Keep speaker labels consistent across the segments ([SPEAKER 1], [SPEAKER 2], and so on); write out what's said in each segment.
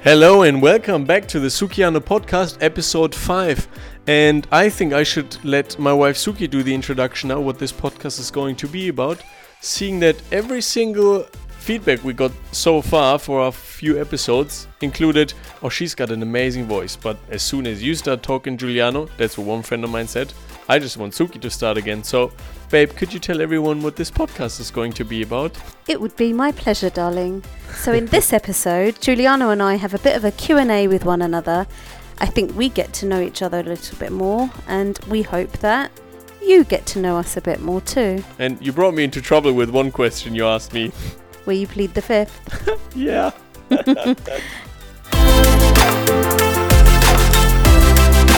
[SPEAKER 1] Hello and welcome back to the Sukiano podcast, episode 5. And I think I should let my wife Suki do the introduction now, what this podcast is going to be about, seeing that every single feedback we got so far for our few episodes included, oh, she's got an amazing voice, but as soon as you start talking Giuliano, that's what one friend of mine said, I just want Suki to start again. So, babe, could you tell everyone what this podcast is going to be about?
[SPEAKER 2] It would be my pleasure, darling. So in this episode, Giuliano and I have a bit of a Q&A with one another. I think we get to know each other a little bit more and we hope that you get to know us a bit more too.
[SPEAKER 1] And you brought me into trouble with one question you asked me.
[SPEAKER 2] Will you plead the fifth?
[SPEAKER 1] Yeah.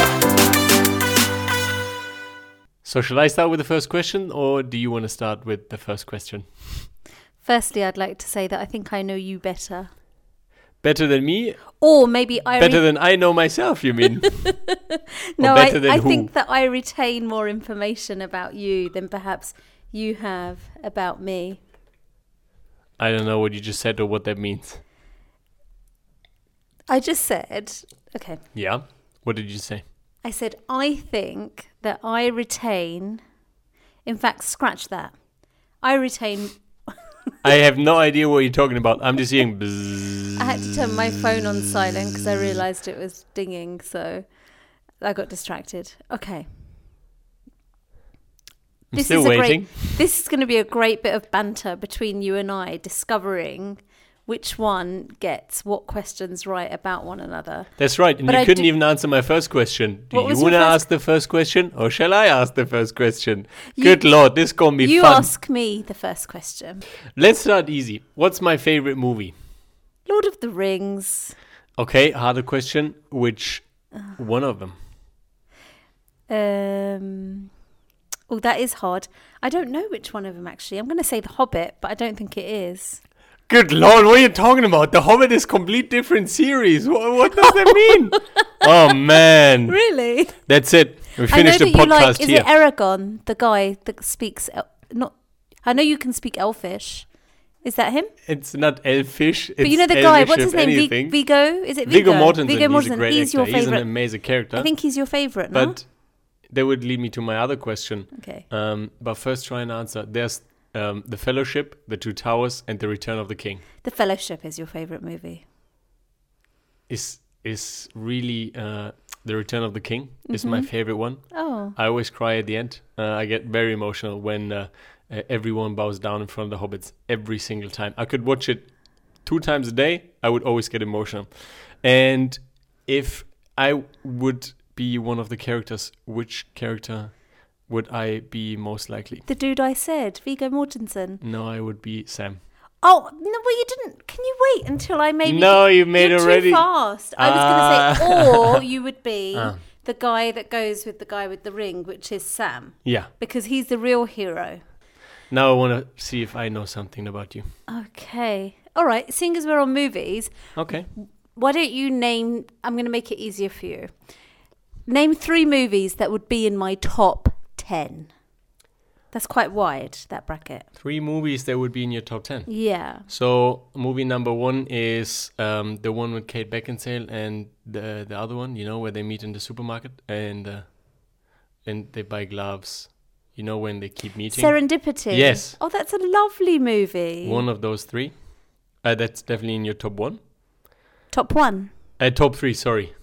[SPEAKER 1] so, shall I start with the first question, or do you want to start with the first question?
[SPEAKER 2] Firstly, I'd like to say that I think I know you better.
[SPEAKER 1] Better than me?
[SPEAKER 2] Or maybe I
[SPEAKER 1] Better
[SPEAKER 2] re-
[SPEAKER 1] than I know myself, you mean?
[SPEAKER 2] no,
[SPEAKER 1] better
[SPEAKER 2] I,
[SPEAKER 1] than
[SPEAKER 2] I
[SPEAKER 1] who?
[SPEAKER 2] think that I retain more information about you than perhaps you have about me.
[SPEAKER 1] I don't know what you just said or what that means.
[SPEAKER 2] I just said, okay.
[SPEAKER 1] Yeah? What did you say?
[SPEAKER 2] I said, I think that I retain, in fact, scratch that. I retain,
[SPEAKER 1] I have no idea what you're talking about. I'm just hearing bzzz.
[SPEAKER 2] I had to turn my phone on silent because I realised it was dinging, so I got distracted. Okay.
[SPEAKER 1] I'm still
[SPEAKER 2] a
[SPEAKER 1] waiting.
[SPEAKER 2] Great, this is going to be a great bit of banter between you and I discovering which one gets what questions right about one another.
[SPEAKER 1] That's right. And
[SPEAKER 2] But
[SPEAKER 1] you
[SPEAKER 2] I
[SPEAKER 1] couldn't
[SPEAKER 2] do-
[SPEAKER 1] even answer my first question. Do
[SPEAKER 2] What
[SPEAKER 1] you
[SPEAKER 2] was your
[SPEAKER 1] want to
[SPEAKER 2] first-
[SPEAKER 1] ask the first question or shall I ask the first question?
[SPEAKER 2] You-
[SPEAKER 1] Good lord, this going to be
[SPEAKER 2] You
[SPEAKER 1] fun.
[SPEAKER 2] ask me the first question.
[SPEAKER 1] Let's start easy. What's my favorite movie?
[SPEAKER 2] Lord of the Rings.
[SPEAKER 1] Okay, harder question. Which one of them?
[SPEAKER 2] Um, oh, that is hard. I don't know which one of them actually. I'm going to say The Hobbit, but I don't think it is.
[SPEAKER 1] Good lord, what are you talking about? The Hobbit is complete different series. What, what does that mean? oh man,
[SPEAKER 2] Really?
[SPEAKER 1] that's it. We
[SPEAKER 2] I know
[SPEAKER 1] finished the
[SPEAKER 2] that you like.
[SPEAKER 1] podcast
[SPEAKER 2] Is
[SPEAKER 1] here.
[SPEAKER 2] it Aragon, the guy that speaks? El- not. I know you can speak Elfish. Is that him?
[SPEAKER 1] it's not Elfish. It's
[SPEAKER 2] but you know the guy.
[SPEAKER 1] Elvish,
[SPEAKER 2] What's his
[SPEAKER 1] if
[SPEAKER 2] name? Vi-
[SPEAKER 1] anything.
[SPEAKER 2] Vigo? Is it
[SPEAKER 1] Viggo
[SPEAKER 2] Vigo?
[SPEAKER 1] Mortensen. he's a great
[SPEAKER 2] he's
[SPEAKER 1] actor.
[SPEAKER 2] your
[SPEAKER 1] He's an
[SPEAKER 2] favorite.
[SPEAKER 1] amazing character.
[SPEAKER 2] I think he's your favorite. No?
[SPEAKER 1] but that would lead me to my other question.
[SPEAKER 2] okay.
[SPEAKER 1] Um, but first, try and answer. There's um, the Fellowship, the Two Towers, and the Return of the King.
[SPEAKER 2] The Fellowship is your favorite movie.
[SPEAKER 1] is is really uh, the Return of the King is my favorite one.
[SPEAKER 2] Oh,
[SPEAKER 1] I always cry at the end. Uh, I get very emotional when uh, uh, everyone bows down in front of the hobbits every single time. I could watch it two times a day. I would always get emotional. And if I would be one of the characters, which character would I be most likely?
[SPEAKER 2] the dude I said, Vigo Mortensen.
[SPEAKER 1] No, I would be Sam.
[SPEAKER 2] Oh no! Well, you didn't. Can you wait until I maybe?
[SPEAKER 1] No, you made
[SPEAKER 2] You're
[SPEAKER 1] already. Ah.
[SPEAKER 2] Too fast. I was going to say, or you would be the guy that goes with the guy with the ring, which is Sam,
[SPEAKER 1] Yeah.
[SPEAKER 2] because he's the real hero.
[SPEAKER 1] Now I want to see if I know something about you.
[SPEAKER 2] Okay. All right. Seeing as we're on movies,
[SPEAKER 1] Okay.
[SPEAKER 2] why don't you name? I'm going to make it easier for you. Name three movies that would be in my top ten. That's quite wide that bracket.
[SPEAKER 1] Three movies that would be in your top 10.
[SPEAKER 2] Yeah.
[SPEAKER 1] So movie number one is um, the one with Kate Beckinsale and the the other one, you know, where they meet in the supermarket and uh, and they buy gloves. You know when they keep meeting.
[SPEAKER 2] Serendipity.
[SPEAKER 1] Yes.
[SPEAKER 2] Oh, that's a lovely movie.
[SPEAKER 1] one of those three. Uh, that's definitely in your top one.
[SPEAKER 2] Top one.
[SPEAKER 1] Uh, top three, sorry.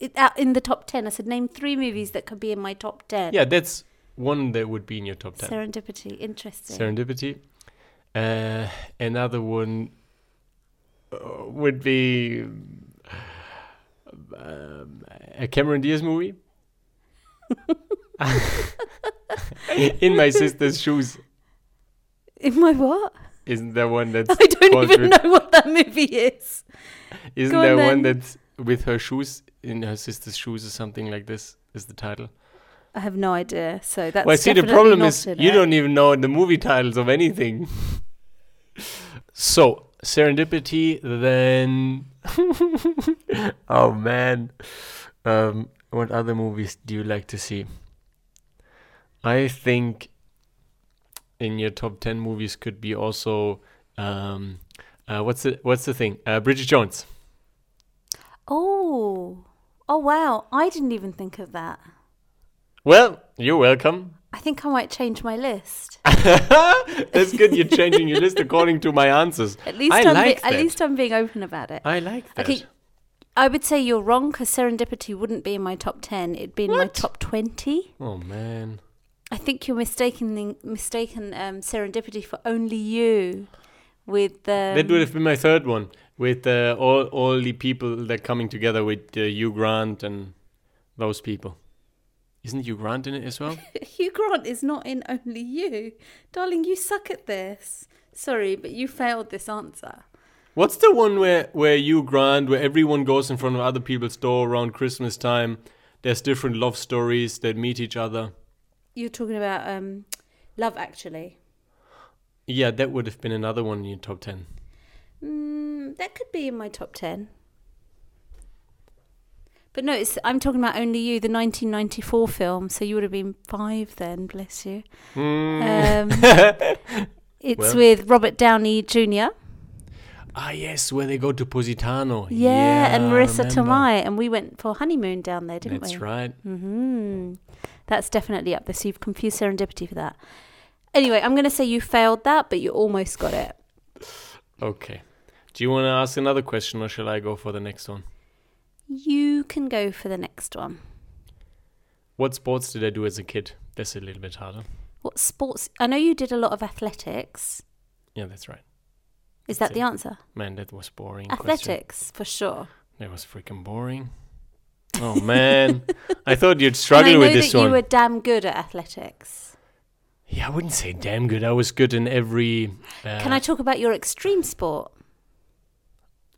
[SPEAKER 2] It- out in the top 10 i said name three movies that could be in my top 10
[SPEAKER 1] Yeah, that's one that would be in your top ten.
[SPEAKER 2] serendipity interesting
[SPEAKER 1] Serendipity. Uh, another one uh, would be um, a Cameron Diaz movie. In my sister's shoes.
[SPEAKER 2] in my what
[SPEAKER 1] Isn't there one that's
[SPEAKER 2] i don't
[SPEAKER 1] called
[SPEAKER 2] even
[SPEAKER 1] with-
[SPEAKER 2] know what that movie is
[SPEAKER 1] Isn't
[SPEAKER 2] Go on
[SPEAKER 1] there one
[SPEAKER 2] then.
[SPEAKER 1] that's with her shoes in her sister's shoes or something like this? Is the title?
[SPEAKER 2] i have no idea so that's
[SPEAKER 1] well, see, the
[SPEAKER 2] definitely
[SPEAKER 1] problem
[SPEAKER 2] not
[SPEAKER 1] is
[SPEAKER 2] in
[SPEAKER 1] you
[SPEAKER 2] it.
[SPEAKER 1] don't even know the movie titles of anything. so serendipity, then. oh man, um, what other movies do you like to see? I think in your top ten movies could be also um, uh, what's the what's the thing? Uh, Bridget Jones.
[SPEAKER 2] Oh, oh wow! I didn't even think of that.
[SPEAKER 1] Well, you're welcome.
[SPEAKER 2] I think I might change my list.
[SPEAKER 1] That's good. You're changing your list according to my answers.
[SPEAKER 2] At least
[SPEAKER 1] I
[SPEAKER 2] am
[SPEAKER 1] like
[SPEAKER 2] at
[SPEAKER 1] that.
[SPEAKER 2] least I'm being open about it.
[SPEAKER 1] I like that.
[SPEAKER 2] okay, I would say you're wrong because serendipity wouldn't be in my top ten. It'd be in my top twenty.
[SPEAKER 1] Oh man.
[SPEAKER 2] I think you're mistaken mistaken um, serendipity for only you with um,
[SPEAKER 1] that would have been my third one with uh, all all the people that coming together with uh, Hugh Grant and those people. Isn't Hugh Grant in it as well?
[SPEAKER 2] Hugh Grant is not in Only You. Darling, you suck at this. Sorry, but you failed this answer.
[SPEAKER 1] What's the one where where Hugh Grant, where everyone goes in front of other people's door around Christmas time? There's different love stories that meet each other.
[SPEAKER 2] You're talking about um, Love Actually.
[SPEAKER 1] Yeah, that would have been another one in your top ten.
[SPEAKER 2] Mm, that could be in my top 10. But no, it's, I'm talking about Only You, the 1994 film. So you would have been five then, bless you. Um, it's
[SPEAKER 1] Well.
[SPEAKER 2] with Robert Downey Jr.
[SPEAKER 1] Ah, yes, where they go to Positano.
[SPEAKER 2] Yeah, and
[SPEAKER 1] I
[SPEAKER 2] Marissa
[SPEAKER 1] remember.
[SPEAKER 2] Tomei. And we went for honeymoon down there, didn't we?
[SPEAKER 1] That's right.
[SPEAKER 2] hmm That's definitely up there. So you've confused serendipity for that. Anyway, I'm going to say you failed that, but you almost got it.
[SPEAKER 1] Okay. Do you want to ask another question, or shall I go for the next one?
[SPEAKER 2] You can go for the next one.
[SPEAKER 1] What sports did I do as a kid? That's a little bit harder.
[SPEAKER 2] What sports? I know you did a lot of athletics.
[SPEAKER 1] Yeah, that's right.
[SPEAKER 2] Is that
[SPEAKER 1] That's
[SPEAKER 2] the
[SPEAKER 1] it.
[SPEAKER 2] answer?
[SPEAKER 1] Man, that was boring. question.
[SPEAKER 2] Athletics, for sure.
[SPEAKER 1] That was freaking boring. Oh man, I thought you'd
[SPEAKER 2] And I
[SPEAKER 1] struggle
[SPEAKER 2] know
[SPEAKER 1] with this
[SPEAKER 2] that
[SPEAKER 1] one.
[SPEAKER 2] you were damn good at athletics.
[SPEAKER 1] Yeah, I wouldn't say damn good. I was good in every. Uh,
[SPEAKER 2] Can I talk about your extreme sport?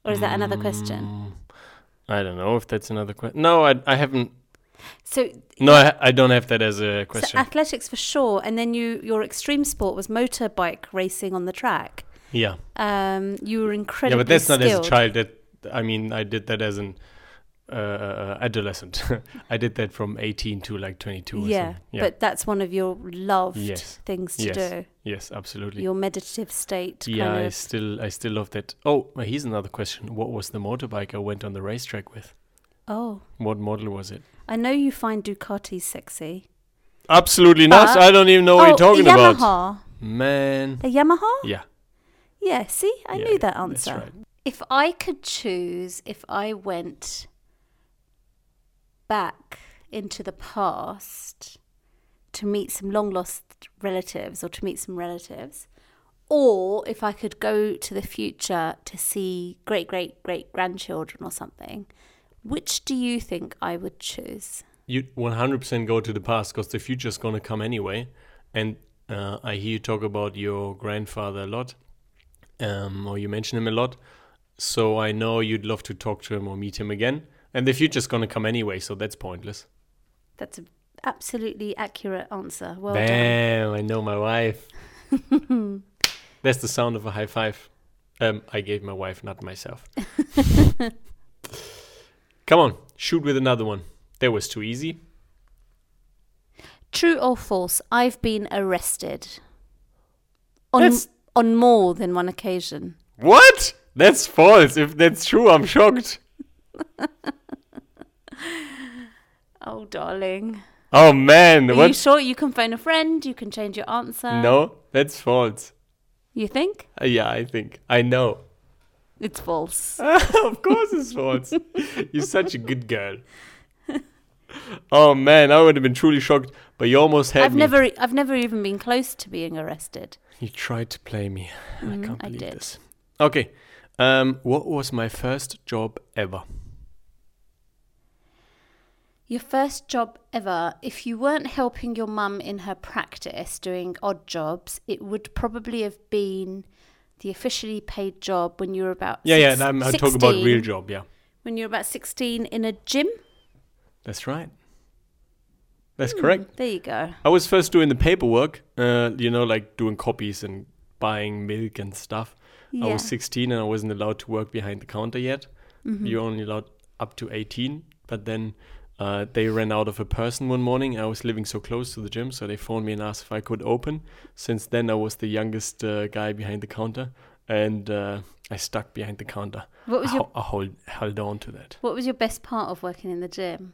[SPEAKER 2] Or is that another
[SPEAKER 1] mm.
[SPEAKER 2] question?
[SPEAKER 1] I don't know if that's another question. No, I, I haven't.
[SPEAKER 2] So,
[SPEAKER 1] No, I, I don't have that as a
[SPEAKER 2] so uh,
[SPEAKER 1] question.
[SPEAKER 2] athletics for sure, and then you your extreme sport was motorbike racing on the track.
[SPEAKER 1] yeah,
[SPEAKER 2] Um, you were
[SPEAKER 1] yeah,
[SPEAKER 2] incredibly
[SPEAKER 1] but that's not
[SPEAKER 2] skilled.
[SPEAKER 1] as a child. That I mean, I did that as an uh, uh, adolescent. I did that from eighteen to like twenty-two. Or
[SPEAKER 2] Yeah,
[SPEAKER 1] something. yeah,
[SPEAKER 2] but that's one of your loved
[SPEAKER 1] Yes.
[SPEAKER 2] things to
[SPEAKER 1] yes,
[SPEAKER 2] do.
[SPEAKER 1] yes, absolutely.
[SPEAKER 2] Your meditative state. Kind
[SPEAKER 1] yeah, I
[SPEAKER 2] of.
[SPEAKER 1] still, I still love that. Oh, well, here's another question. What was the motorbike I went on the racetrack with?
[SPEAKER 2] Oh,
[SPEAKER 1] What model was it?
[SPEAKER 2] I know you find Ducatis sexy.
[SPEAKER 1] Absolutely not.
[SPEAKER 2] But-
[SPEAKER 1] I don't even know what
[SPEAKER 2] oh,
[SPEAKER 1] you're talking
[SPEAKER 2] the Yamaha.
[SPEAKER 1] about. Man.
[SPEAKER 2] The Yamaha.
[SPEAKER 1] Yeah.
[SPEAKER 2] Yeah. See, I
[SPEAKER 1] Yeah,
[SPEAKER 2] knew that
[SPEAKER 1] that's
[SPEAKER 2] answer.
[SPEAKER 1] right.
[SPEAKER 2] If I could choose, if I went back into the past to meet some long lost relatives or to meet some relatives, or if I could go to the future to see great great great grandchildren or something, which do you think I would choose?
[SPEAKER 1] You 100% go to the past because the future's going to come anyway. And uh, I hear you talk about your grandfather a lot, um, or you mention him a lot. So I know you'd love to talk to him or meet him again. And the future's going to come anyway, so that's pointless.
[SPEAKER 2] That's an absolutely accurate answer. Well done.
[SPEAKER 1] Bam! I know my wife. That's the sound of a high five. Um, I gave my wife, not myself. Come on, shoot with another one. That was too easy.
[SPEAKER 2] True or false? I've been arrested on
[SPEAKER 1] That's-
[SPEAKER 2] on more than one occasion.
[SPEAKER 1] What? That's false. If that's true, I'm shocked.
[SPEAKER 2] Oh, darling.
[SPEAKER 1] Oh man,
[SPEAKER 2] Are you
[SPEAKER 1] what?
[SPEAKER 2] sure you can phone a friend? You can change your answer.
[SPEAKER 1] No, that's false.
[SPEAKER 2] You think
[SPEAKER 1] Uh, yeah, I think I know.
[SPEAKER 2] it's false?
[SPEAKER 1] of course, it's false. You're such a good girl. Oh man, I would have been truly shocked, but you almost had
[SPEAKER 2] I've
[SPEAKER 1] me.
[SPEAKER 2] never, e, I've never even been close to being arrested.
[SPEAKER 1] You tried to play me. I can't
[SPEAKER 2] Mm-hmm, I
[SPEAKER 1] believe
[SPEAKER 2] did.
[SPEAKER 1] this. Okay. Um, what was my first job ever?
[SPEAKER 2] Your first job ever, if you weren't helping your mum in her practice doing odd jobs, it would probably have been the officially paid job when you were about
[SPEAKER 1] Yeah,
[SPEAKER 2] six-
[SPEAKER 1] yeah. I'm, I talk about real
[SPEAKER 2] 16.
[SPEAKER 1] job. Yeah,
[SPEAKER 2] when you're about 16 in a gym.
[SPEAKER 1] that's right. That's
[SPEAKER 2] Hmm.
[SPEAKER 1] correct.
[SPEAKER 2] There you go.
[SPEAKER 1] I was first doing the paperwork. Uh, you know, like doing copies and buying milk and stuff. I was
[SPEAKER 2] Yeah.
[SPEAKER 1] 16 and I wasn't allowed to work behind the counter yet.
[SPEAKER 2] Mm-hmm.
[SPEAKER 1] You're only allowed up to 18. But then uh, they ran out of a person one morning. I was living so close to the gym, so they phoned me and asked if I could open. Since then, I was the youngest uh, guy behind the counter. and uh, I stuck behind the counter.
[SPEAKER 2] What was
[SPEAKER 1] I,
[SPEAKER 2] your
[SPEAKER 1] ho- I hold, held on to that.
[SPEAKER 2] What was your best part of working in the gym?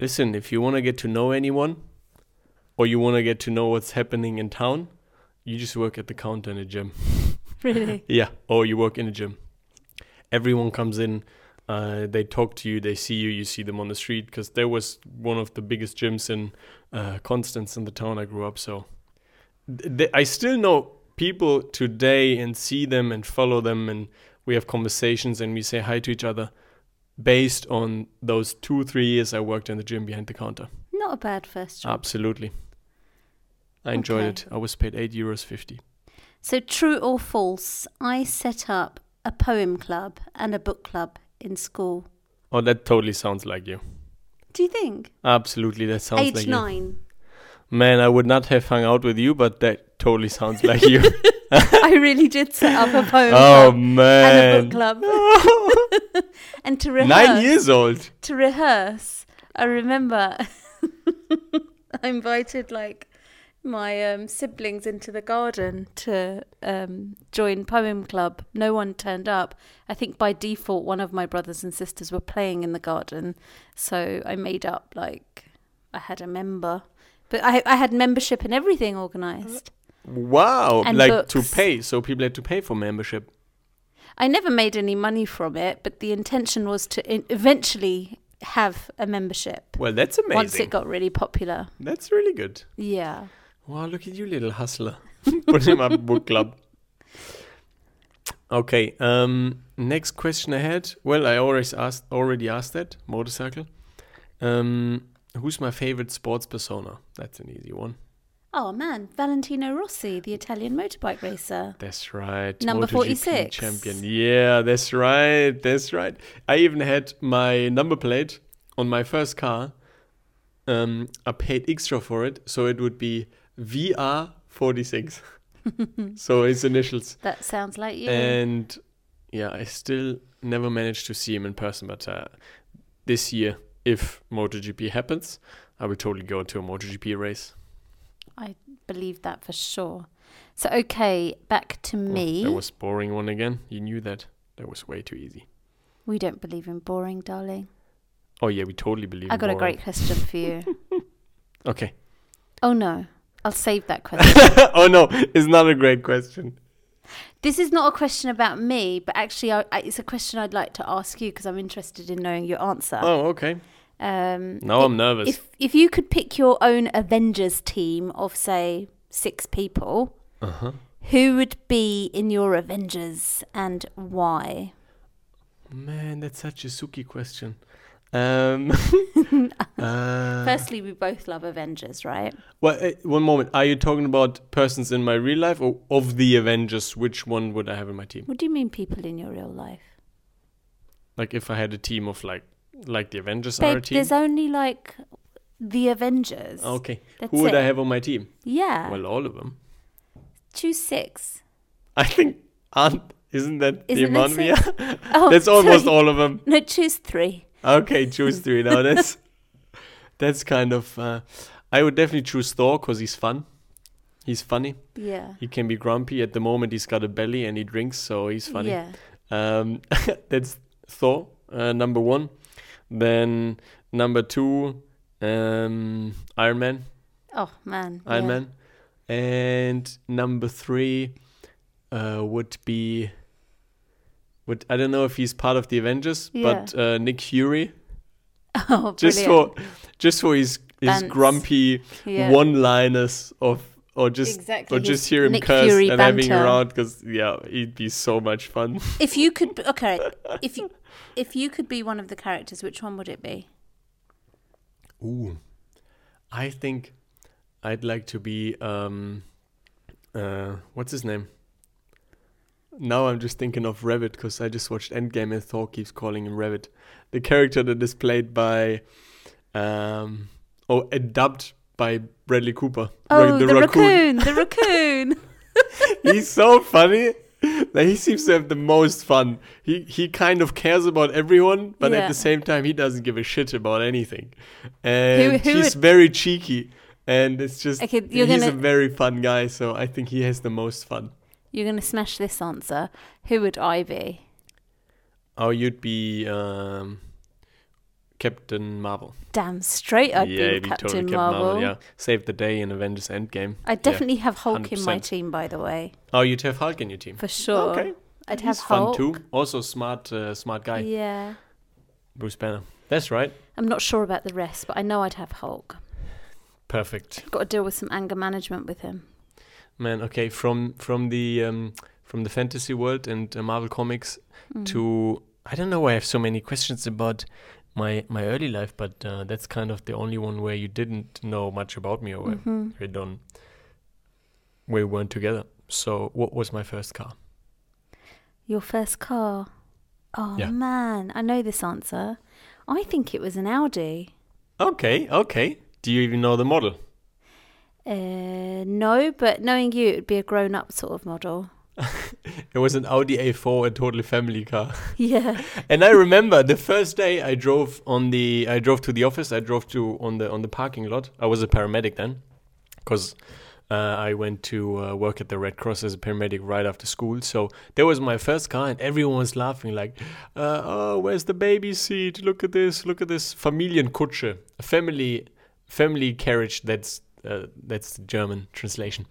[SPEAKER 1] Listen, if you want to get to know anyone or you want to get to know what's happening in town, you just work at the counter in a gym.
[SPEAKER 2] Really?
[SPEAKER 1] Yeah, or you work in a gym. Everyone comes in, uh, they talk to you, they see you, you see them on the street because there was one of the biggest gyms in uh, Constance in the town I grew up. So th- th- I still know people today and see them and follow them, and we have conversations and we say hi to each other based on those two, three years I worked in the gym behind the counter.
[SPEAKER 2] Not a bad first job.
[SPEAKER 1] Absolutely. I enjoyed
[SPEAKER 2] Okay.
[SPEAKER 1] it. I was paid 8 euros 50.
[SPEAKER 2] So, true or false, I set up a poem club and a book club in school.
[SPEAKER 1] Oh, that totally sounds like you.
[SPEAKER 2] Do you think?
[SPEAKER 1] Absolutely, that sounds
[SPEAKER 2] Age
[SPEAKER 1] like you.
[SPEAKER 2] nine.
[SPEAKER 1] Man, I would not have hung out with you, but that totally sounds like you.
[SPEAKER 2] I really did set up a poem
[SPEAKER 1] oh
[SPEAKER 2] club and a
[SPEAKER 1] man,
[SPEAKER 2] book club. and to rehearse,
[SPEAKER 1] nine years old.
[SPEAKER 2] to rehearse, I remember I invited like my um, siblings into the garden to um, join poem club. No one turned up. I think by default, one of my brothers and sisters were playing in the garden, so I made up like I had a member, but I I had membership and everything organised.
[SPEAKER 1] Wow,
[SPEAKER 2] And
[SPEAKER 1] like
[SPEAKER 2] books.
[SPEAKER 1] to pay, so people had to pay for membership.
[SPEAKER 2] I never made any money from it, but the intention was to e- eventually have a membership
[SPEAKER 1] Well, that's
[SPEAKER 2] once
[SPEAKER 1] amazing.
[SPEAKER 2] it got really popular.
[SPEAKER 1] that's really good.
[SPEAKER 2] Yeah.
[SPEAKER 1] Wow, look at you, little hustler. Put him up book club. Okay. Um, next question I had. Well, I always asked already asked that motorcycle. Um, who's my favorite sports persona? That's an easy one.
[SPEAKER 2] Oh man, Valentino Rossi, the Italian motorbike racer.
[SPEAKER 1] That's right.
[SPEAKER 2] Number
[SPEAKER 1] MotoGP
[SPEAKER 2] 46.
[SPEAKER 1] Champion. Yeah, that's right. That's right. I even had my number plate on my first car. Um, I paid extra for it, so it would be VR46. so his initials.
[SPEAKER 2] That sounds like you.
[SPEAKER 1] And yeah, I still never managed to see him in person, but uh, this year, if MotoGP happens, I will totally go to a MotoGP race.
[SPEAKER 2] I believe that for sure. So okay, back to
[SPEAKER 1] Oh,
[SPEAKER 2] me.
[SPEAKER 1] that was boring one again. You knew that. That was way too easy.
[SPEAKER 2] we don't believe in boring, darling.
[SPEAKER 1] Oh yeah, we totally believe.
[SPEAKER 2] I
[SPEAKER 1] in
[SPEAKER 2] got a
[SPEAKER 1] Borat.
[SPEAKER 2] great question for you.
[SPEAKER 1] Okay.
[SPEAKER 2] oh no, I'll save that question.
[SPEAKER 1] oh no, it's not a great question.
[SPEAKER 2] this is not a question about me, but actually, I, I, it's a question I'd like to ask you because I'm interested in knowing your answer.
[SPEAKER 1] Oh okay.
[SPEAKER 2] Um,
[SPEAKER 1] Now I'm nervous.
[SPEAKER 2] Uh, if if you could pick your own Avengers team of say six people,
[SPEAKER 1] Uh huh.
[SPEAKER 2] who would be in your Avengers and why?
[SPEAKER 1] Man, that's such a suki question. Um. uh,
[SPEAKER 2] Firstly, we both love Avengers, right?
[SPEAKER 1] well, eh, one moment. Are you talking about persons in my real life or of the Avengers? Which one would I have in my team?
[SPEAKER 2] What do you mean people in your real life?
[SPEAKER 1] Like if I had a team of like, like the Avengers are a
[SPEAKER 2] Babe,
[SPEAKER 1] team. Ah,
[SPEAKER 2] there's only like the Avengers.
[SPEAKER 1] Okay.
[SPEAKER 2] That's
[SPEAKER 1] Who would I
[SPEAKER 2] it. Ah.
[SPEAKER 1] have on my team?
[SPEAKER 2] Yeah.
[SPEAKER 1] Well, all of them.
[SPEAKER 2] Choose six.
[SPEAKER 1] I think aren't isn't that the
[SPEAKER 2] Isn't
[SPEAKER 1] amount
[SPEAKER 2] that
[SPEAKER 1] we
[SPEAKER 2] six?
[SPEAKER 1] are?
[SPEAKER 2] Oh,
[SPEAKER 1] That's almost
[SPEAKER 2] sorry.
[SPEAKER 1] all of them.
[SPEAKER 2] No, choose three.
[SPEAKER 1] Okay, choose three. Now that's that's kind of. Uh, I would definitely choose Thor because he's fun. He's funny.
[SPEAKER 2] Yeah.
[SPEAKER 1] He can be grumpy at the moment. He's got a belly and he drinks, so he's funny.
[SPEAKER 2] Yeah.
[SPEAKER 1] Um, that's Thor uh, number one. Then number two, um, Iron Man.
[SPEAKER 2] Oh man.
[SPEAKER 1] Iron
[SPEAKER 2] yeah.
[SPEAKER 1] Man. And number three uh, would be. Would, I don't know if he's part of the Avengers, but uh, Nick Fury
[SPEAKER 2] Oh, brilliant.
[SPEAKER 1] just for just for his his
[SPEAKER 2] Bants.
[SPEAKER 1] grumpy
[SPEAKER 2] yeah.
[SPEAKER 1] one liners of or just
[SPEAKER 2] exactly.
[SPEAKER 1] or just hear him
[SPEAKER 2] Nick
[SPEAKER 1] curse
[SPEAKER 2] Fury
[SPEAKER 1] and having
[SPEAKER 2] banter.
[SPEAKER 1] around because yeah it'd be so much fun
[SPEAKER 2] If you could, be- okay. If you, if you could be one of the characters, which one would it be?
[SPEAKER 1] ooh i think i'd like to be um uh what's his name now i'm just thinking of rabbit because i just watched endgame and thor keeps calling him rabbit the character that is played by um oh and dubbed by bradley cooper
[SPEAKER 2] Oh,
[SPEAKER 1] Ra-
[SPEAKER 2] the, raccoon. The raccoon.
[SPEAKER 1] he's so funny. Like he seems to have the most fun. He he kind of cares about everyone, but at
[SPEAKER 2] Yeah.
[SPEAKER 1] the same time he doesn't give a shit about anything. And
[SPEAKER 2] who
[SPEAKER 1] he's very cheeky. And it's just
[SPEAKER 2] Okay, you're
[SPEAKER 1] he's a
[SPEAKER 2] gonna-
[SPEAKER 1] very fun guy, so I think he has the most fun.
[SPEAKER 2] You're going to smash this answer. Who would I be?
[SPEAKER 1] Oh, you'd be um, Captain Marvel.
[SPEAKER 2] Damn straight, I'd
[SPEAKER 1] yeah,
[SPEAKER 2] be
[SPEAKER 1] you'd
[SPEAKER 2] Captain
[SPEAKER 1] totally
[SPEAKER 2] Marvel.
[SPEAKER 1] Yeah, save the day in Avengers Endgame.
[SPEAKER 2] I definitely have Hulk in my
[SPEAKER 1] 100%.
[SPEAKER 2] team, by the way,
[SPEAKER 1] Oh, you'd have Hulk in your team.
[SPEAKER 2] for sure.
[SPEAKER 1] Okay.
[SPEAKER 2] I'd have
[SPEAKER 1] He's
[SPEAKER 2] Oh, Hulk.
[SPEAKER 1] fun too. Also smart, uh, smart guy.
[SPEAKER 2] Yeah.
[SPEAKER 1] Bruce Banner. That's right.
[SPEAKER 2] I'm not sure about the rest, but I know I'd have Hulk.
[SPEAKER 1] Perfect,
[SPEAKER 2] Got to deal with some anger management with him.
[SPEAKER 1] man. Okay, from from the um, from the fantasy world and uh, Marvel comics to I don't know why I have so many questions about my my early life, but uh, that's kind of the only one where you didn't know much about me or where we don't we weren't together. So, what was my first car?
[SPEAKER 2] Your first car. Oh
[SPEAKER 1] Yeah.
[SPEAKER 2] man, I know this answer. I think it was an Audi.
[SPEAKER 1] Okay, okay. Do you even know the model?
[SPEAKER 2] Uh, no, but knowing you, it'd be a grown-up sort of model.
[SPEAKER 1] It was an Audi A4, a totally family car.
[SPEAKER 2] Yeah,
[SPEAKER 1] and I remember the first day I drove on the I drove to the office. I drove to on the on the parking lot. I was a paramedic then, because uh, I went to uh, work at the Red Cross as a paramedic right after school. So there was my first car, and everyone was laughing like, uh, "Oh, where's the baby seat? Look at this! Look at this Familienkutsche, a family family carriage." That's uh, that's the German translation,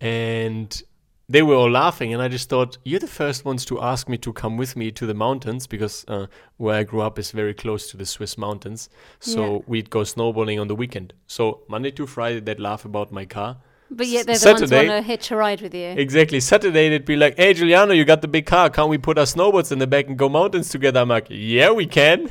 [SPEAKER 1] and they were all laughing, and I just thought, you're the first ones to ask me to come with me to the mountains because uh, where I grew up is very close to the Swiss mountains. So
[SPEAKER 2] Yeah.
[SPEAKER 1] we'd go snowboarding on the weekend. So Monday to Friday, they'd laugh about my car.
[SPEAKER 2] but yet they're the
[SPEAKER 1] S-
[SPEAKER 2] ones
[SPEAKER 1] Saturday.
[SPEAKER 2] want to hitch a ride with you.
[SPEAKER 1] Exactly. Saturday, they'd be like, hey, Giuliano, you got the big car. Can't we put our snowboards in the back and go mountains together? I'm like, yeah, we can.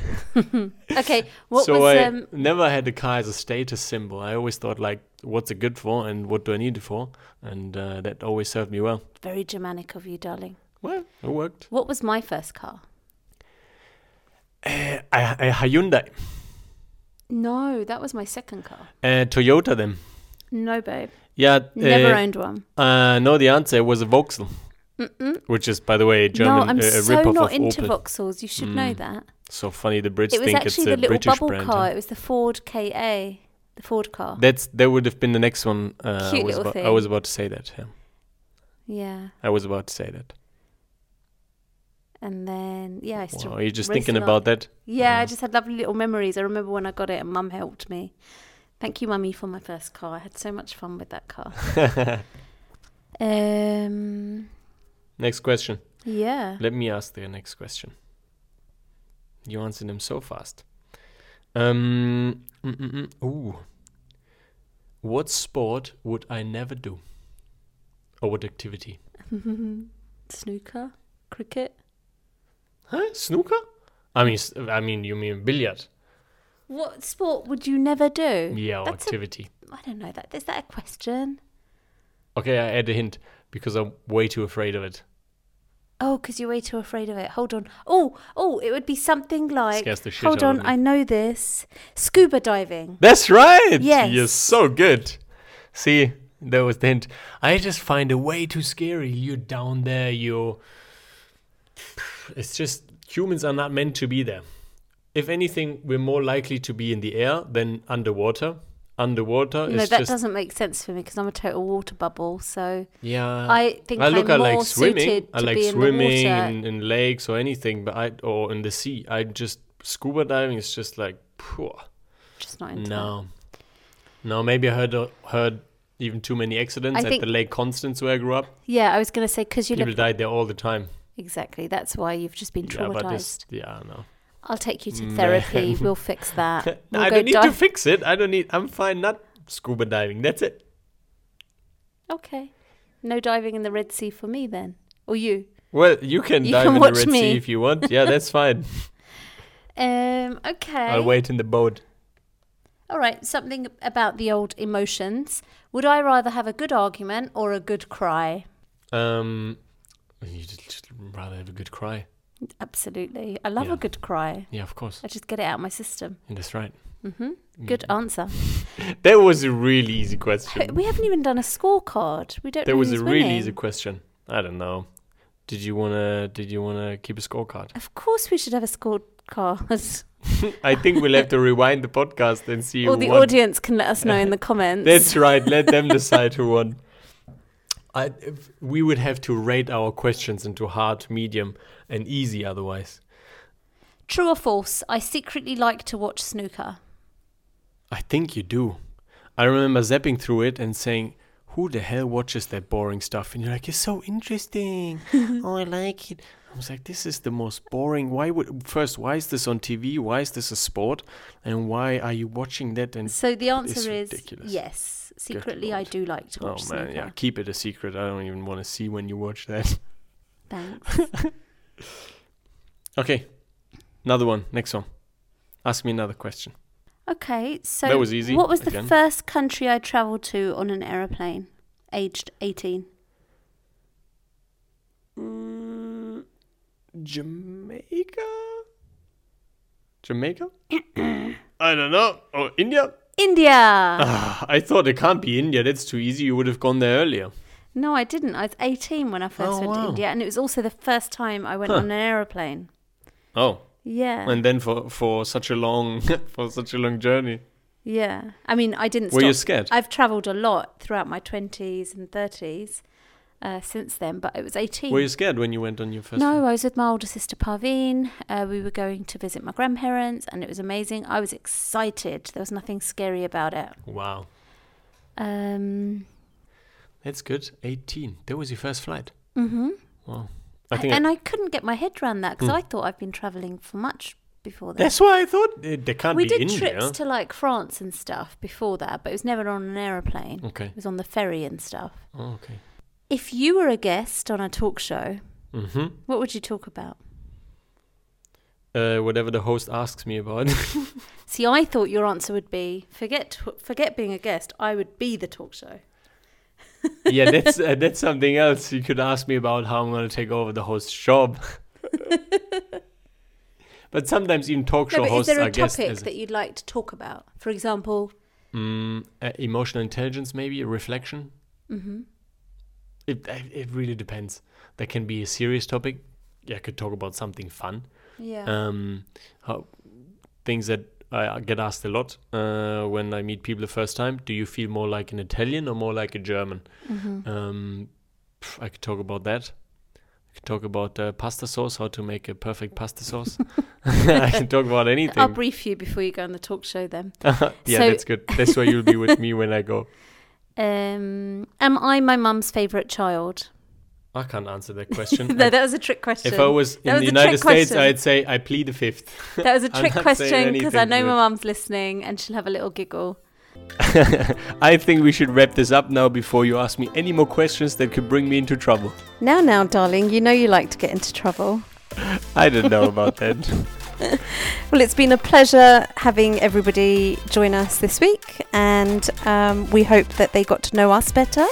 [SPEAKER 2] Okay, what
[SPEAKER 1] so
[SPEAKER 2] was
[SPEAKER 1] I
[SPEAKER 2] um?
[SPEAKER 1] never had a car as a status symbol. I always thought, like, what's it good for and what do I need it for? And uh, that always served me well.
[SPEAKER 2] Very Germanic of you, darling.
[SPEAKER 1] Well, it worked.
[SPEAKER 2] What was my first car?
[SPEAKER 1] I, I Uh, Hyundai,
[SPEAKER 2] No, that was my second car.
[SPEAKER 1] uh, Toyota then.
[SPEAKER 2] No, babe,
[SPEAKER 1] Yeah,
[SPEAKER 2] never
[SPEAKER 1] uh,
[SPEAKER 2] owned one.
[SPEAKER 1] uh, no, the answer was a Vauxhall,
[SPEAKER 2] Mm-mm.
[SPEAKER 1] which is, by the way, a German
[SPEAKER 2] no, I'm
[SPEAKER 1] uh, a
[SPEAKER 2] so
[SPEAKER 1] ripoff
[SPEAKER 2] not
[SPEAKER 1] of
[SPEAKER 2] into
[SPEAKER 1] Opel.
[SPEAKER 2] voxels. You should know that.
[SPEAKER 1] So funny, the Brits
[SPEAKER 2] It was
[SPEAKER 1] think it's
[SPEAKER 2] actually
[SPEAKER 1] a
[SPEAKER 2] the little
[SPEAKER 1] British
[SPEAKER 2] bubble
[SPEAKER 1] brand.
[SPEAKER 2] car.
[SPEAKER 1] huh?
[SPEAKER 2] It was the Ford KA, the Ford car.
[SPEAKER 1] That's that would have been the next one. Uh, I
[SPEAKER 2] Cute
[SPEAKER 1] was
[SPEAKER 2] little
[SPEAKER 1] about, I
[SPEAKER 2] thing.
[SPEAKER 1] was about to say that. Yeah.
[SPEAKER 2] yeah,
[SPEAKER 1] I was about to say that.
[SPEAKER 2] and then yeah, I used to
[SPEAKER 1] Wow, you're just
[SPEAKER 2] race
[SPEAKER 1] thinking
[SPEAKER 2] along.
[SPEAKER 1] about that.
[SPEAKER 2] Yeah, I
[SPEAKER 1] Yeah.
[SPEAKER 2] just had lovely little memories. I remember when I got it, and Mum helped me. Thank you, Mummy, for my first car. I had so much fun with that car. um,
[SPEAKER 1] Next question.
[SPEAKER 2] yeah.
[SPEAKER 1] Let me ask the next question. You answered them so fast. Um. mm, mm, mm. Ooh. What sport would I never do? Or what activity?
[SPEAKER 2] Snooker, cricket.
[SPEAKER 1] Huh? Snooker? I mean, s- I mean, you mean billiard?
[SPEAKER 2] What sport would you never do?
[SPEAKER 1] Yeah, or
[SPEAKER 2] Uh, That's a-
[SPEAKER 1] activity.
[SPEAKER 2] I don't know. That is that a question?
[SPEAKER 1] Okay, I add a hint because I'm way too afraid of it.
[SPEAKER 2] Oh, because you're way too afraid of it. Hold on. Oh, oh, it would be something like.
[SPEAKER 1] Scares the shit
[SPEAKER 2] hold
[SPEAKER 1] out of
[SPEAKER 2] on,
[SPEAKER 1] me.
[SPEAKER 2] I know this. Scuba diving.
[SPEAKER 1] That's right.
[SPEAKER 2] Yes.
[SPEAKER 1] You're so good. See, that was the hint. I just find it way too scary. You're down there. You're. It's just humans are not meant to be there. If anything, we're more likely to be in the air than underwater. Underwater
[SPEAKER 2] no,
[SPEAKER 1] is
[SPEAKER 2] that
[SPEAKER 1] just
[SPEAKER 2] doesn't make sense for me because I'm a total water bubble. So
[SPEAKER 1] Yeah,
[SPEAKER 2] I think I'm
[SPEAKER 1] look. Uh, I like
[SPEAKER 2] more
[SPEAKER 1] swimming.
[SPEAKER 2] suited
[SPEAKER 1] I
[SPEAKER 2] to
[SPEAKER 1] like
[SPEAKER 2] be in the water.
[SPEAKER 1] swimming in, in lakes or anything, but I or in the sea. I just scuba diving is just like phew,
[SPEAKER 2] just not into it.
[SPEAKER 1] no, no. Maybe I heard heard even too many accidents
[SPEAKER 2] I
[SPEAKER 1] at
[SPEAKER 2] think-
[SPEAKER 1] the Lake Constance where I grew up.
[SPEAKER 2] Yeah, I was going to say because you
[SPEAKER 1] People
[SPEAKER 2] look
[SPEAKER 1] died there all the time.
[SPEAKER 2] exactly. That's why you've just been
[SPEAKER 1] Yeah, but
[SPEAKER 2] traumatized.
[SPEAKER 1] this, yeah, no.
[SPEAKER 2] I'll take you to
[SPEAKER 1] Man.
[SPEAKER 2] therapy. We'll fix that. We'll
[SPEAKER 1] I
[SPEAKER 2] go
[SPEAKER 1] don't need to
[SPEAKER 2] dive-
[SPEAKER 1] fix it. I don't need. I'm fine. Not scuba diving. That's it.
[SPEAKER 2] okay, no diving in the Red Sea for me then, or you.
[SPEAKER 1] Well, you can
[SPEAKER 2] You
[SPEAKER 1] dive
[SPEAKER 2] can
[SPEAKER 1] in
[SPEAKER 2] watch
[SPEAKER 1] the Red
[SPEAKER 2] me.
[SPEAKER 1] Sea if you want. Yeah, that's fine.
[SPEAKER 2] Um. Okay.
[SPEAKER 1] I'll wait in the boat.
[SPEAKER 2] All right. Something about the old emotions. Would I rather have a good argument or a good cry?
[SPEAKER 1] Um, you'd just rather have a good cry.
[SPEAKER 2] Absolutely. I love
[SPEAKER 1] Yeah.
[SPEAKER 2] a good cry.
[SPEAKER 1] Yeah, of course.
[SPEAKER 2] I just get it out of my system. Mm-hmm,
[SPEAKER 1] That's right. Mm.
[SPEAKER 2] Good answer.
[SPEAKER 1] That was a really easy question.
[SPEAKER 2] We haven't even done a scorecard. We don't.
[SPEAKER 1] That
[SPEAKER 2] know
[SPEAKER 1] was a
[SPEAKER 2] who's
[SPEAKER 1] really
[SPEAKER 2] winning.
[SPEAKER 1] easy question. I don't know. Did you wanna? Did you wanna keep a scorecard?
[SPEAKER 2] Of course, we should have a scorecard.
[SPEAKER 1] I think we'll have to rewind the podcast and see
[SPEAKER 2] Or
[SPEAKER 1] who
[SPEAKER 2] the
[SPEAKER 1] won.
[SPEAKER 2] audience can let us know in the comments.
[SPEAKER 1] That's right. Let them decide who won. I, if we would have to rate our questions into hard, medium, and easy otherwise.
[SPEAKER 3] True or false? I secretly like to watch snooker.
[SPEAKER 1] I think you do. I remember zapping through it and saying, Who the hell watches that boring stuff? And you're like, It's so interesting. oh, I like it. I was like, This is the most boring. Why would, first, why is this on TV? Why is this a sport? And why are you watching that? And
[SPEAKER 3] So the
[SPEAKER 1] It's
[SPEAKER 3] answer is
[SPEAKER 1] ridiculous.
[SPEAKER 3] yes. Secretly, I
[SPEAKER 1] lord.
[SPEAKER 3] do like to
[SPEAKER 1] oh,
[SPEAKER 3] watch
[SPEAKER 1] man,
[SPEAKER 3] snooker.
[SPEAKER 1] yeah, keep it a secret. I don't even want to see when you watch that.
[SPEAKER 3] Thanks.
[SPEAKER 1] okay, another one. Next one. Ask me another question.
[SPEAKER 2] Okay, so
[SPEAKER 1] That was easy,
[SPEAKER 2] What was the
[SPEAKER 1] again.
[SPEAKER 2] first country I travelled to on an aeroplane? Aged eighteen.
[SPEAKER 1] Jamaica? Jamaica? I don't know. Oh, India?
[SPEAKER 2] India.
[SPEAKER 1] Ah, I thought it can't be India. That's too easy. You would have gone there earlier.
[SPEAKER 2] No, I didn't. I was eighteen when I first
[SPEAKER 1] Oh,
[SPEAKER 2] went to
[SPEAKER 1] wow.
[SPEAKER 2] India, and it was also the first time I went
[SPEAKER 1] Huh.
[SPEAKER 2] on an aeroplane.
[SPEAKER 1] Oh,
[SPEAKER 2] Yeah,
[SPEAKER 1] and then for, for such a long for such a long journey.
[SPEAKER 2] yeah. I mean, I didn't.
[SPEAKER 1] Were you
[SPEAKER 2] stop.
[SPEAKER 1] scared?
[SPEAKER 2] I've travelled a lot throughout my twenties and thirties uh, since then, but it was eighteen.
[SPEAKER 1] Were you scared when you went on your first?
[SPEAKER 2] No,
[SPEAKER 1] one?
[SPEAKER 2] I was with my older sister Parveen. Uh, we were going to visit my grandparents, and it was amazing. I was excited. There was nothing scary about it.
[SPEAKER 1] Wow,
[SPEAKER 2] Um,
[SPEAKER 1] that's good. Eighteen. That was your first flight. Mm-hmm.
[SPEAKER 2] mhm.
[SPEAKER 1] Wow. I think.
[SPEAKER 2] and I couldn't get my head around that because
[SPEAKER 1] Hmm.
[SPEAKER 2] I thought I've been travelling for much before that.
[SPEAKER 1] that's why I thought eh, there can't
[SPEAKER 2] we
[SPEAKER 1] be
[SPEAKER 2] did
[SPEAKER 1] India.
[SPEAKER 2] trips to like France and stuff before that, but it was never on an aeroplane.
[SPEAKER 1] okay.
[SPEAKER 2] It was on the ferry and stuff.
[SPEAKER 1] Oh, okay.
[SPEAKER 2] If you were a guest on a talk show,
[SPEAKER 1] Mm-hmm.
[SPEAKER 2] what would you talk about?
[SPEAKER 1] Uh, whatever the host asks me about.
[SPEAKER 2] See, I thought your answer would be forget forget being a guest. I would be the talk show.
[SPEAKER 1] yeah, that's uh, that's something else. You could ask me about how I'm gonna take over the host job. but sometimes even talk show
[SPEAKER 2] no, but is
[SPEAKER 1] hosts
[SPEAKER 2] there
[SPEAKER 1] are
[SPEAKER 2] a
[SPEAKER 1] guests.
[SPEAKER 2] topic
[SPEAKER 1] as-
[SPEAKER 2] that you'd like to talk about? For example,
[SPEAKER 1] Mm, uh, emotional intelligence, maybe reflection.
[SPEAKER 2] mhm.
[SPEAKER 1] It I- it really depends. That can be a serious topic. Yeah, I could talk about something fun.
[SPEAKER 2] yeah,
[SPEAKER 1] Um, how, things that I get asked a lot uh, when I meet people the first time. Do you feel more like an Italian or more like a German?
[SPEAKER 2] Mhm.
[SPEAKER 1] Um, pff, I could talk about that. I could talk about uh, pasta sauce, how to make a perfect pasta sauce. I can talk about anything.
[SPEAKER 2] I'll brief you before you go on the talk show. Then,
[SPEAKER 1] yeah,
[SPEAKER 2] so-
[SPEAKER 1] that's good. That's why you'll be with me when I go.
[SPEAKER 2] um, am I my mum's favourite child?
[SPEAKER 1] I can't answer that question.
[SPEAKER 2] no, that was a trick question.
[SPEAKER 1] if I was in
[SPEAKER 2] That was
[SPEAKER 1] the
[SPEAKER 2] a
[SPEAKER 1] United
[SPEAKER 2] trick
[SPEAKER 1] States,
[SPEAKER 2] question.
[SPEAKER 1] I'd say I plead the fifth.
[SPEAKER 2] That was a
[SPEAKER 1] I'm
[SPEAKER 2] trick
[SPEAKER 1] not saying
[SPEAKER 2] question because I
[SPEAKER 1] anything
[SPEAKER 2] know
[SPEAKER 1] good.
[SPEAKER 2] my mum's listening and she'll have a little giggle.
[SPEAKER 1] I think we should wrap this up now before you ask me any more questions that could bring me into trouble.
[SPEAKER 2] Now, now, darling, you know you like to get into trouble.
[SPEAKER 1] I don't know about that.
[SPEAKER 2] Well, it's been a pleasure having everybody join us this week, and um, we hope that they got to know us better.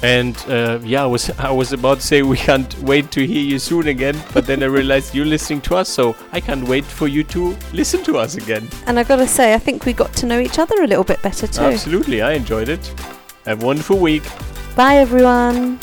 [SPEAKER 1] And uh, yeah, I was I was about to say we can't wait to hear you soon again, but then I realized you're listening to us, so I can't wait for you to listen to us again.
[SPEAKER 2] And I gotta say, I think we got to know each other a little bit better too.
[SPEAKER 1] Absolutely, I enjoyed it. Have a wonderful week.
[SPEAKER 2] Bye, everyone.